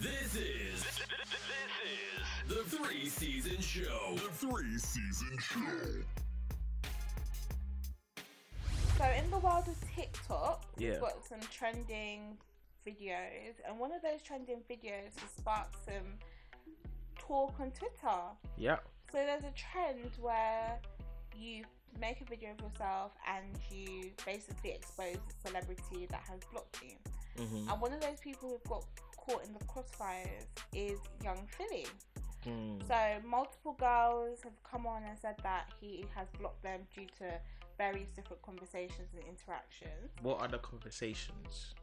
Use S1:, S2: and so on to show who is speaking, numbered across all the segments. S1: This is this is the three season show. The three season show.
S2: So in the world of TikTok,
S3: Yeah.
S2: we've got some trending videos, and one of those trending videos has sparked some talk on Twitter.
S3: Yeah.
S2: So there's a trend where you make a video of yourself and you basically expose the celebrity that has blocked you.
S3: Mhm.
S2: And one of those people who've got caught in the crossfires is Young Philly.
S3: Mm.
S2: So multiple girls have come on and said that he has blocked them due to various different conversations and interactions.
S3: What are the conversations?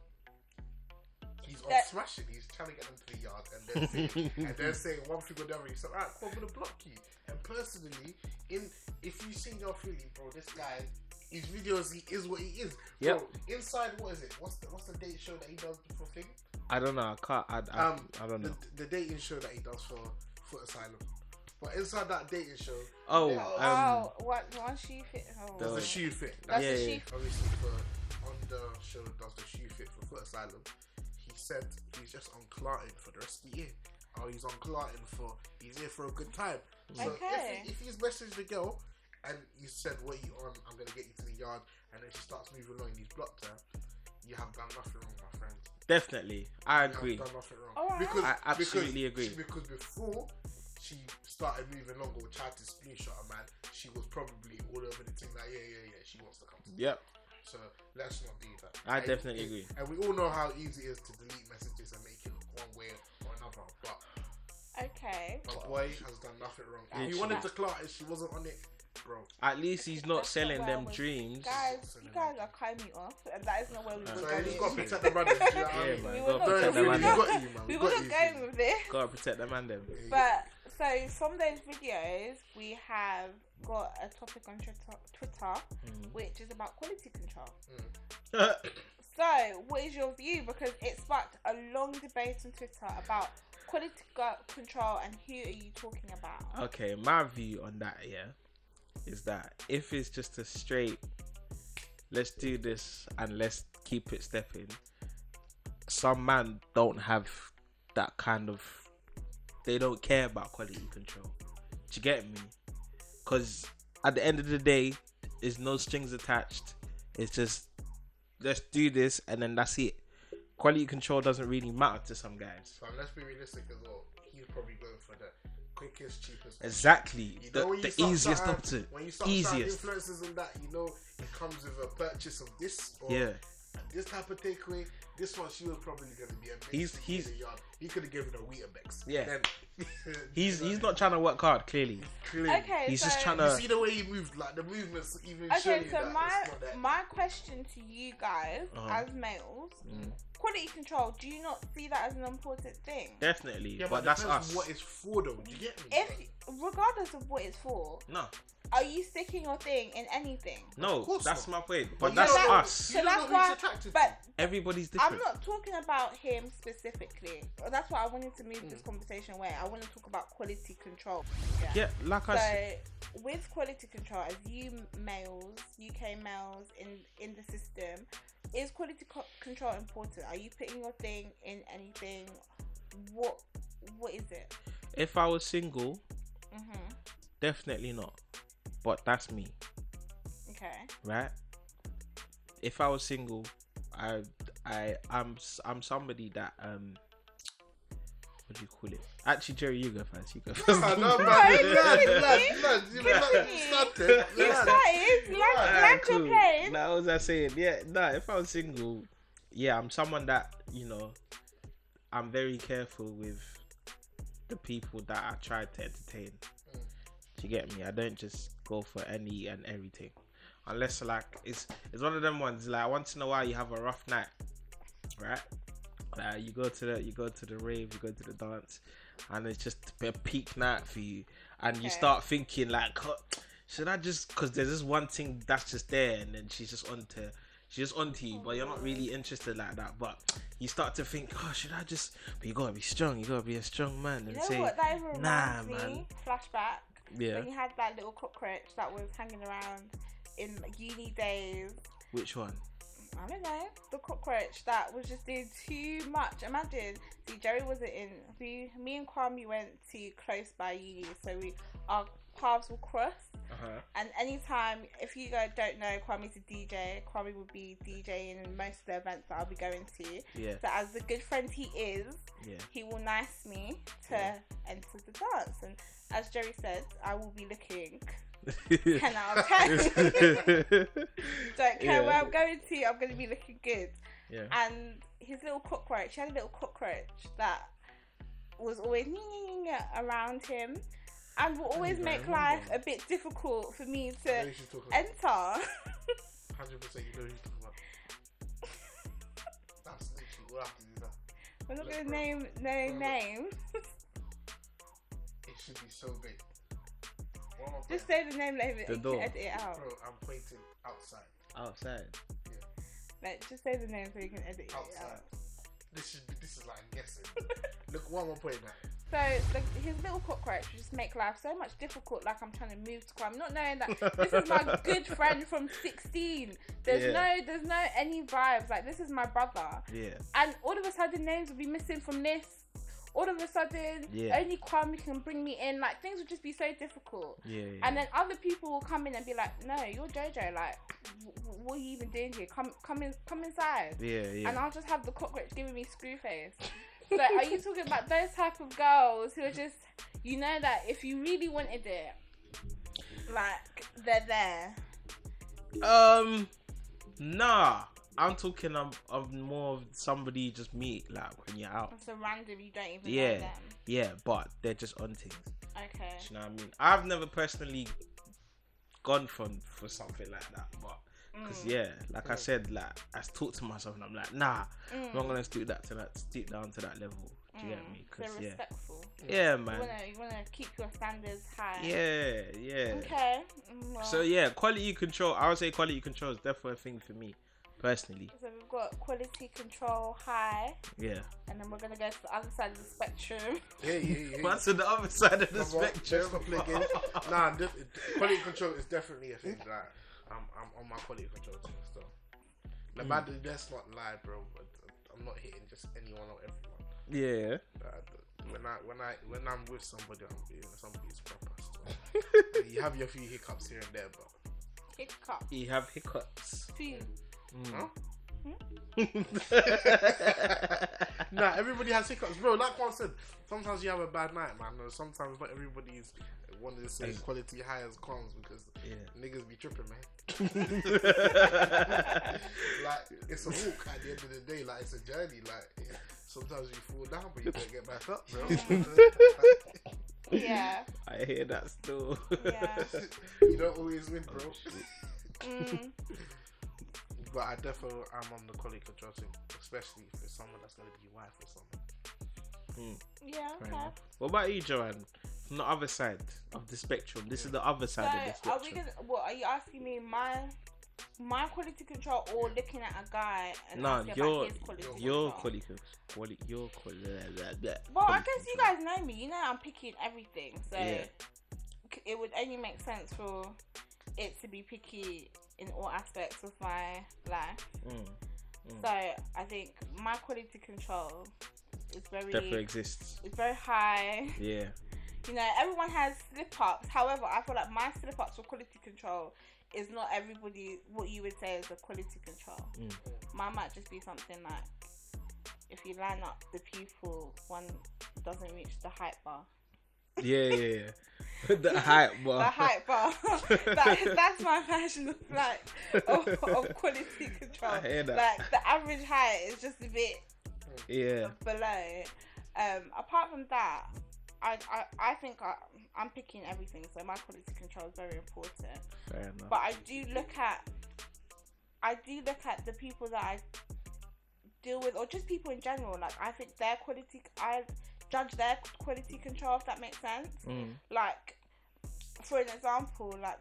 S4: He's on
S2: That-
S4: thrashing. He's trying to get them to the yard, and then saying, and then saying one thing or another. He's like, "Alright, cool, I'm gonna block you." And personally, in if you see your feeling, bro, this guy, his videos, he is what he is. Bro, inside, what is it? What's the what's the date show that he does for thing?
S3: I don't know. I can't. I, I,
S4: Um,
S3: I don't know.
S4: The, the dating show that he does for for Asylum. But inside that dating show,
S3: Oh,
S4: yeah.
S3: um,
S2: oh, what, once you fit. Oh,
S4: there's
S3: The-
S4: the shoe fit.
S2: that's
S3: yeah,
S2: the
S3: yeah.
S2: chief
S4: obviously for on the show does the shoe fit for Foot Asylum, he said he's just on Clarton for the rest of the year. Oh, he's on Clarton for he's here for a good time. So
S2: Okay.
S4: if, if he's messaged the girl and you said, "What are you on? I'm gonna get you to the yard," and then she starts moving along, and he's blocked her. You have done nothing wrong, my friend.
S3: definitely. I
S4: You have
S3: agree.
S4: done nothing wrong.
S2: Alright.
S3: I absolutely
S4: because,
S3: agree.
S4: Because before she started moving along or tried to splinch at a man, she was probably all over the thing like, yeah, yeah, yeah, she wants to come to
S3: Yep.
S4: so let's not do that.
S3: I definitely
S4: it-
S3: agree.
S4: And we all know how easy it is to delete messages and make it look one way or another. But
S2: Okay.
S4: my boy has done nothing wrong. If
S3: Literally.
S4: he wanted to clark and she wasn't on it, bro.
S3: At least he's
S2: That's
S3: not
S2: not
S3: selling
S2: where I
S3: them
S2: was-
S3: dreams.
S2: Guys, you guys are cutting me off, and that is not where we were
S3: Uh,
S4: So you just gotta
S2: going.
S4: protect the brothers. You know what I
S3: Yeah,
S4: mean?
S3: man.
S2: We
S3: Gotta
S2: were not
S3: protect
S4: Don't
S3: the
S4: worry,
S3: man.
S4: we
S3: them.
S4: got you, man.
S2: We
S4: We
S2: were
S4: got
S2: not
S4: you.
S2: going with this.
S3: Gotta protect the man. Them.
S2: But so from those videos, we have got a topic on Twitter, Twitter
S3: Mm-hmm.
S2: which is about quality control. So, what is your view? Because it sparked a long debate on Twitter about quality gu- control and who are you talking about?
S3: okay, my view on that, yeah, is that if it's just a straight, let's do this and let's keep it stepping. Some man don't have that kind of. They don't care about quality control. Do you get me? Because at the end of the day, there's no strings attached. It's just let's do this and then that's it. Quality control doesn't really matter to some guys.
S4: So let's be realistic as well. He's probably going for the quickest, cheapest.
S3: Exactly.
S4: You know
S3: The,
S4: when you
S3: the
S4: start
S3: easiest
S4: shouting-
S3: option.
S4: When you start
S3: Easiest.
S4: influences and that, you know, it comes with a purchase of this or
S3: Yeah.
S4: this type of takeaway. This one, she was probably going to be a mix.
S3: He's-
S4: in
S3: he's-
S4: the yard. He could have given her a Weetabix.
S3: Yeah.
S4: Then,
S3: He's he's not trying to work hard. Clearly,
S4: clear.
S2: Okay,
S3: he's
S2: so,
S3: just trying
S4: You
S3: to.
S4: see the way he moved, like the movements even show
S2: Okay, so
S4: you that it's not
S2: my
S4: that.
S2: my question to you guys
S3: Uh-huh.
S2: as males,
S4: Mm.
S2: quality control. Do you not see that as an important thing?
S3: Definitely,
S4: yeah,
S3: but, that's
S4: depends
S3: us.
S4: What is for though? Do you get me?
S2: If regardless of what it's for,
S3: no,
S2: are you sticking your thing in anything?
S4: Of
S3: no,
S4: course
S3: that's my point. But
S4: you
S3: that's
S4: don't-
S3: us.
S4: you
S2: So
S4: don't know
S2: that's
S4: who
S2: why.
S4: he's attracted to.
S2: But
S3: Everybody's
S2: I'm
S3: different.
S2: not talking about him specifically. That's why I wanted to move this conversation away. I want to talk about quality control.
S3: Hmm. yeah, like I said.
S2: So, with quality control, as you males, UK males in in the system, is quality co- control important? Are you putting your thing in anything? What what is it?
S3: If I was single,
S2: hmm
S3: definitely not. But that's me,
S2: Okay.
S3: right? If I was single, I I I'm s- I'm somebody that um. What do you call it? Actually, Jerry, you go first. You go first.
S4: Ah, no, man,
S2: Sorry,
S4: lad,
S2: continue.
S4: lad, lad, you
S2: Continue.
S4: lad, stop it,
S2: You
S4: lad.
S2: started. Land, land
S3: Alright,
S2: your plane.
S3: Nah, what was I saying? Yeah, nah, if I was single, yeah, I'm someone that, you know, I'm very careful with the people that I try to entertain. Do you get me? I don't just go for any and everything. Unless like it's it's one of them ones like once in a while you have a rough night, right? Like you go to the you go to the rave, you go to the dance, and it's just a peak night for you, and you
S2: Okay.
S3: start thinking like, "Huh, should I just? Because there's this one thing that's just there, and then she's just onto she's just onto you, but you're not really interested like that. But you start to think, oh, should I just? But you gotta be strong. You gotta be a strong man and
S2: You know
S3: say,
S2: what? That even
S3: nah,
S2: reminds
S3: man.
S2: me. Flashback.
S3: Yeah.
S2: When you had that little cockroach that was hanging around in uni days.
S3: Which one?
S2: I don't know, the cockroach that was just doing too much. Imagine, see, Jerry wasn't in. We, me and Kwame went to close by uni, so we our paths will cross.
S3: Uh-huh.
S2: And anytime, if you guys don't know, Kwame's a DJ. Kwame will be DJing in most of the events that I'll be going to.
S3: Yeah.
S2: So, as the good friend he is,
S3: Yeah.
S2: he will nice me to
S3: Yeah.
S2: enter the dance. And as Jerry said, I will be looking 10 out of 10. Don't care
S3: Yeah.
S2: where I'm going to, I'm going to be looking good.
S3: yeah.
S2: And his little cockroach, he had a little cockroach that was always around him and will always
S3: I
S2: make
S3: remember.
S2: life a bit difficult for me
S4: I know
S2: to
S4: you should talk about.
S2: enter.
S4: Hundred percent, you know who you're talking about. That's literally all I have to do now.
S2: We're not going
S4: Look,
S2: to
S4: bro.
S2: name no
S4: Bro.
S2: names.
S4: It should be so big. What am I
S2: Just
S4: pointing?
S2: say the name later.
S3: The
S2: You can
S3: door.
S2: edit it out.
S4: Bro, I'm pointing outside.
S3: Outside.
S2: Like, just say the name so you can edit it
S4: Outside.
S2: out.
S4: This should be. This is like I'm guessing. Look, what am I pointing at?
S2: So the, his little cockroach would just make life so much difficult. Like I'm trying to move to Kwame, not knowing that this is my good friend from 16. There's
S3: Yeah.
S2: no, there's no any vibes. Like this is my brother,
S3: Yeah.
S2: and all of a sudden names would be missing from this. All of a sudden,
S3: Yeah.
S2: only Kwame can bring me in. Like things would just be so difficult.
S3: Yeah. yeah.
S2: And then other people will come in and be like, "No, you're JoJo. Like, w- w- what are you even doing here? Come, come in, come inside."
S3: yeah. Yeah.
S2: and I'll just have the cockroach giving me screw face. so are you talking about those type of girls who are just, you know, that if you really wanted it, like they're there.
S3: Um, nah. I'm talking. I'm, I'm more of somebody you just meet like when you're out.
S2: It's a random. You don't even know
S3: Yeah.
S2: them.
S3: Yeah, but they're just on things.
S2: Okay.
S3: Do you know what I mean? I've never personally gone for for something like that, but because
S2: Mm.
S3: yeah, like I said, like I talked to myself and I'm like, nah, I'm not gonna stoop that to that stoop down to that level. Do you get
S2: Mm.
S3: me?
S2: They're
S3: Because yeah,
S2: respectful.
S3: yeah,
S2: You
S3: man,
S2: wanna, you wanna keep your standards high.
S3: yeah, yeah.
S2: Okay. Mm, Well,
S3: So yeah, quality control. I would say quality control is definitely a thing for me personally.
S2: so we've got quality control high,
S3: Yeah.
S2: and then we're gonna go to the other side of the spectrum.
S4: Hey, hey, hey.
S3: That's on the other side of the
S4: Come on,
S3: spectrum.
S4: let's not play games. nah, this, quality control is definitely a thing. Like, I'm, I'm on my quality control team still. So.
S3: Hmm.
S4: Like, mm. let's not lie, bro. But I'm not hitting just anyone or everyone.
S3: Yeah.
S4: Like, when I when I when I'm with somebody, I'm being somebody's proper. Still. And you have your few hiccups here and there, but
S2: Kick up.
S3: You have hiccups.
S2: Two.
S4: huh?
S3: Mm.
S4: nah, everybody has hiccups, bro. Like Juan said, sometimes you have a bad night, man. And sometimes not everybody's one of the same
S3: As-
S4: quality high as cons because niggas be tripping, man.
S3: yeah.
S4: like it's a walk at the end of the day. Like it's a journey. Like yeah, sometimes you fall down, but you don't get back up, bro.
S2: Yeah.
S3: I hear that still.
S2: Yeah.
S4: you don't always win, bro.
S2: Mm.
S4: But I definitely am on the quality control team, especially if it's someone that's gonna be your wife or something.
S2: Yeah.
S3: Fair
S2: Okay.
S3: enough. What about you, Joanne? From the other side of the spectrum. This is the other
S2: So
S3: side of the
S2: are we
S3: spectrum.
S2: gonna? What are you asking me? My my quality control or looking at a guy and
S3: Nah,
S2: asking
S3: your
S2: about his quality control?
S3: your quality con- quality your quality. Blah, blah,
S2: Well, I
S3: quality
S2: guess you
S3: control.
S2: guys know me. You know I'm picky in everything, so
S3: Yeah.
S2: c- it would only make sense for it to be picky in all aspects of my life.
S3: Mm,
S2: So I think my quality control is very
S3: definitely exists.
S2: is very high.
S3: Yeah.
S2: You know, everyone has slip ups. However, I feel like my slip ups for quality control is not everybody what you would say is a quality control.
S3: Mm.
S2: Mine might just be something like if you line up the people, one doesn't reach the hype bar.
S3: Yeah, yeah, yeah. the hype, well,
S2: The hype bar. that, that's my version of like of, of quality control.
S3: I hear that.
S2: Like the average height is just a bit
S3: Yeah.
S2: below. Um, apart from that, I I, I think I, I'm picking everything, so my quality control is very important.
S3: Fair enough.
S2: But I do look at, I do look at the people that I deal with, or just people in general. Like I think their quality, I judge their quality control. If that makes sense.
S3: Mm.
S2: Like, for an example, like.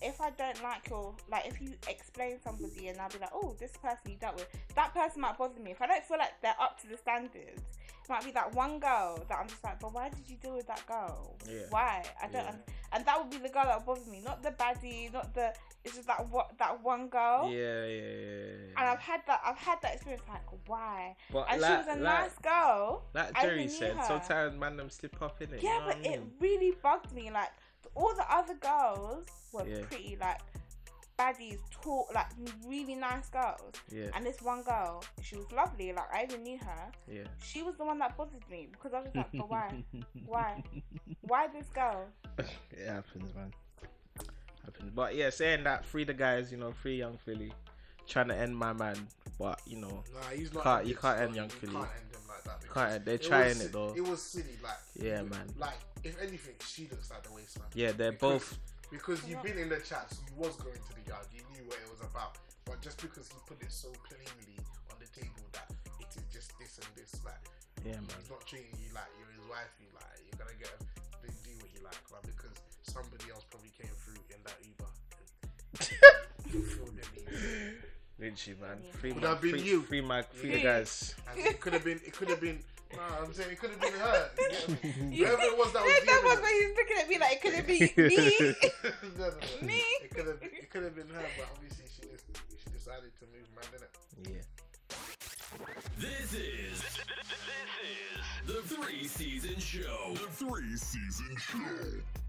S2: If I don't like your, like, if you explain somebody and I'll be like, oh, this person you dealt with, that person might bother me. If I don't feel like they're up to the standards, might be that one girl that I'm just like, but why did you deal with that girl?
S3: Yeah.
S2: Why? I don't.
S3: Yeah.
S2: un- And that would be the girl that bothers me, not the baddie, not the. It's just that what that one girl.
S3: Yeah, yeah, yeah,
S2: Oh. And
S3: yeah.
S2: I've had that. I've had that experience. Like, why?
S3: But
S2: And
S3: like,
S2: she was a
S3: like,
S2: nice girl.
S3: like
S2: I
S3: Jerry
S2: knew
S3: said,
S2: her.
S3: sometimes man them slip up in it.
S2: Yeah, but it really bugged me. Like th- all the other girls were
S3: Yeah.
S2: pretty, like baddies, tall, like really nice girls.
S3: yeah,
S2: And this one girl, she was lovely. Like I even knew her.
S3: yeah.
S2: She was the one that bothered me because I was like, but why? Why? Why this girl?
S3: It happens, man. Happens. But yeah, saying that, free the guys, you know, free young Philly, trying to end my man, but you know,
S4: Nah, he's not.
S3: Can't-
S4: a
S3: you
S4: bitch,
S3: can't
S4: bro.
S3: end young
S4: You
S3: Philly.
S4: Can't end him like that. because
S3: can't. They're
S4: it was
S3: trying
S4: si-
S3: it though.
S4: It was silly, like.
S3: Yeah, man.
S4: Like, if anything, she looks like the waste man.
S3: Yeah, they're
S4: Because-
S3: both.
S4: Because you've been in the chat, so you was going to the yard, you knew what it was about. But just because he put it so plainly on the table that it is just this and this, like
S3: Yeah, man.
S4: he's not treating you like you're his wife, you like you're gonna get to do what you like, man, because somebody else probably came through in that Uber. and fulfilled their needs.
S3: Literally, man. Free
S4: Could
S3: my,
S4: have been
S3: free,
S4: you.
S3: free my, free the
S2: Yeah.
S3: guys.
S4: And it could have been, it could have been. Nah, I'm saying it could have been her. You get me?
S2: You
S4: Whoever it was that was
S2: think- that
S4: dealing
S2: was
S4: with-
S2: when he was looking at me like, could it be me?
S4: no, no, no.
S2: Me?
S4: It could have, it could have been her, but obviously she just, she decided to move man, didn't it?
S3: Yeah.
S1: This is this is the three season show. The three season show.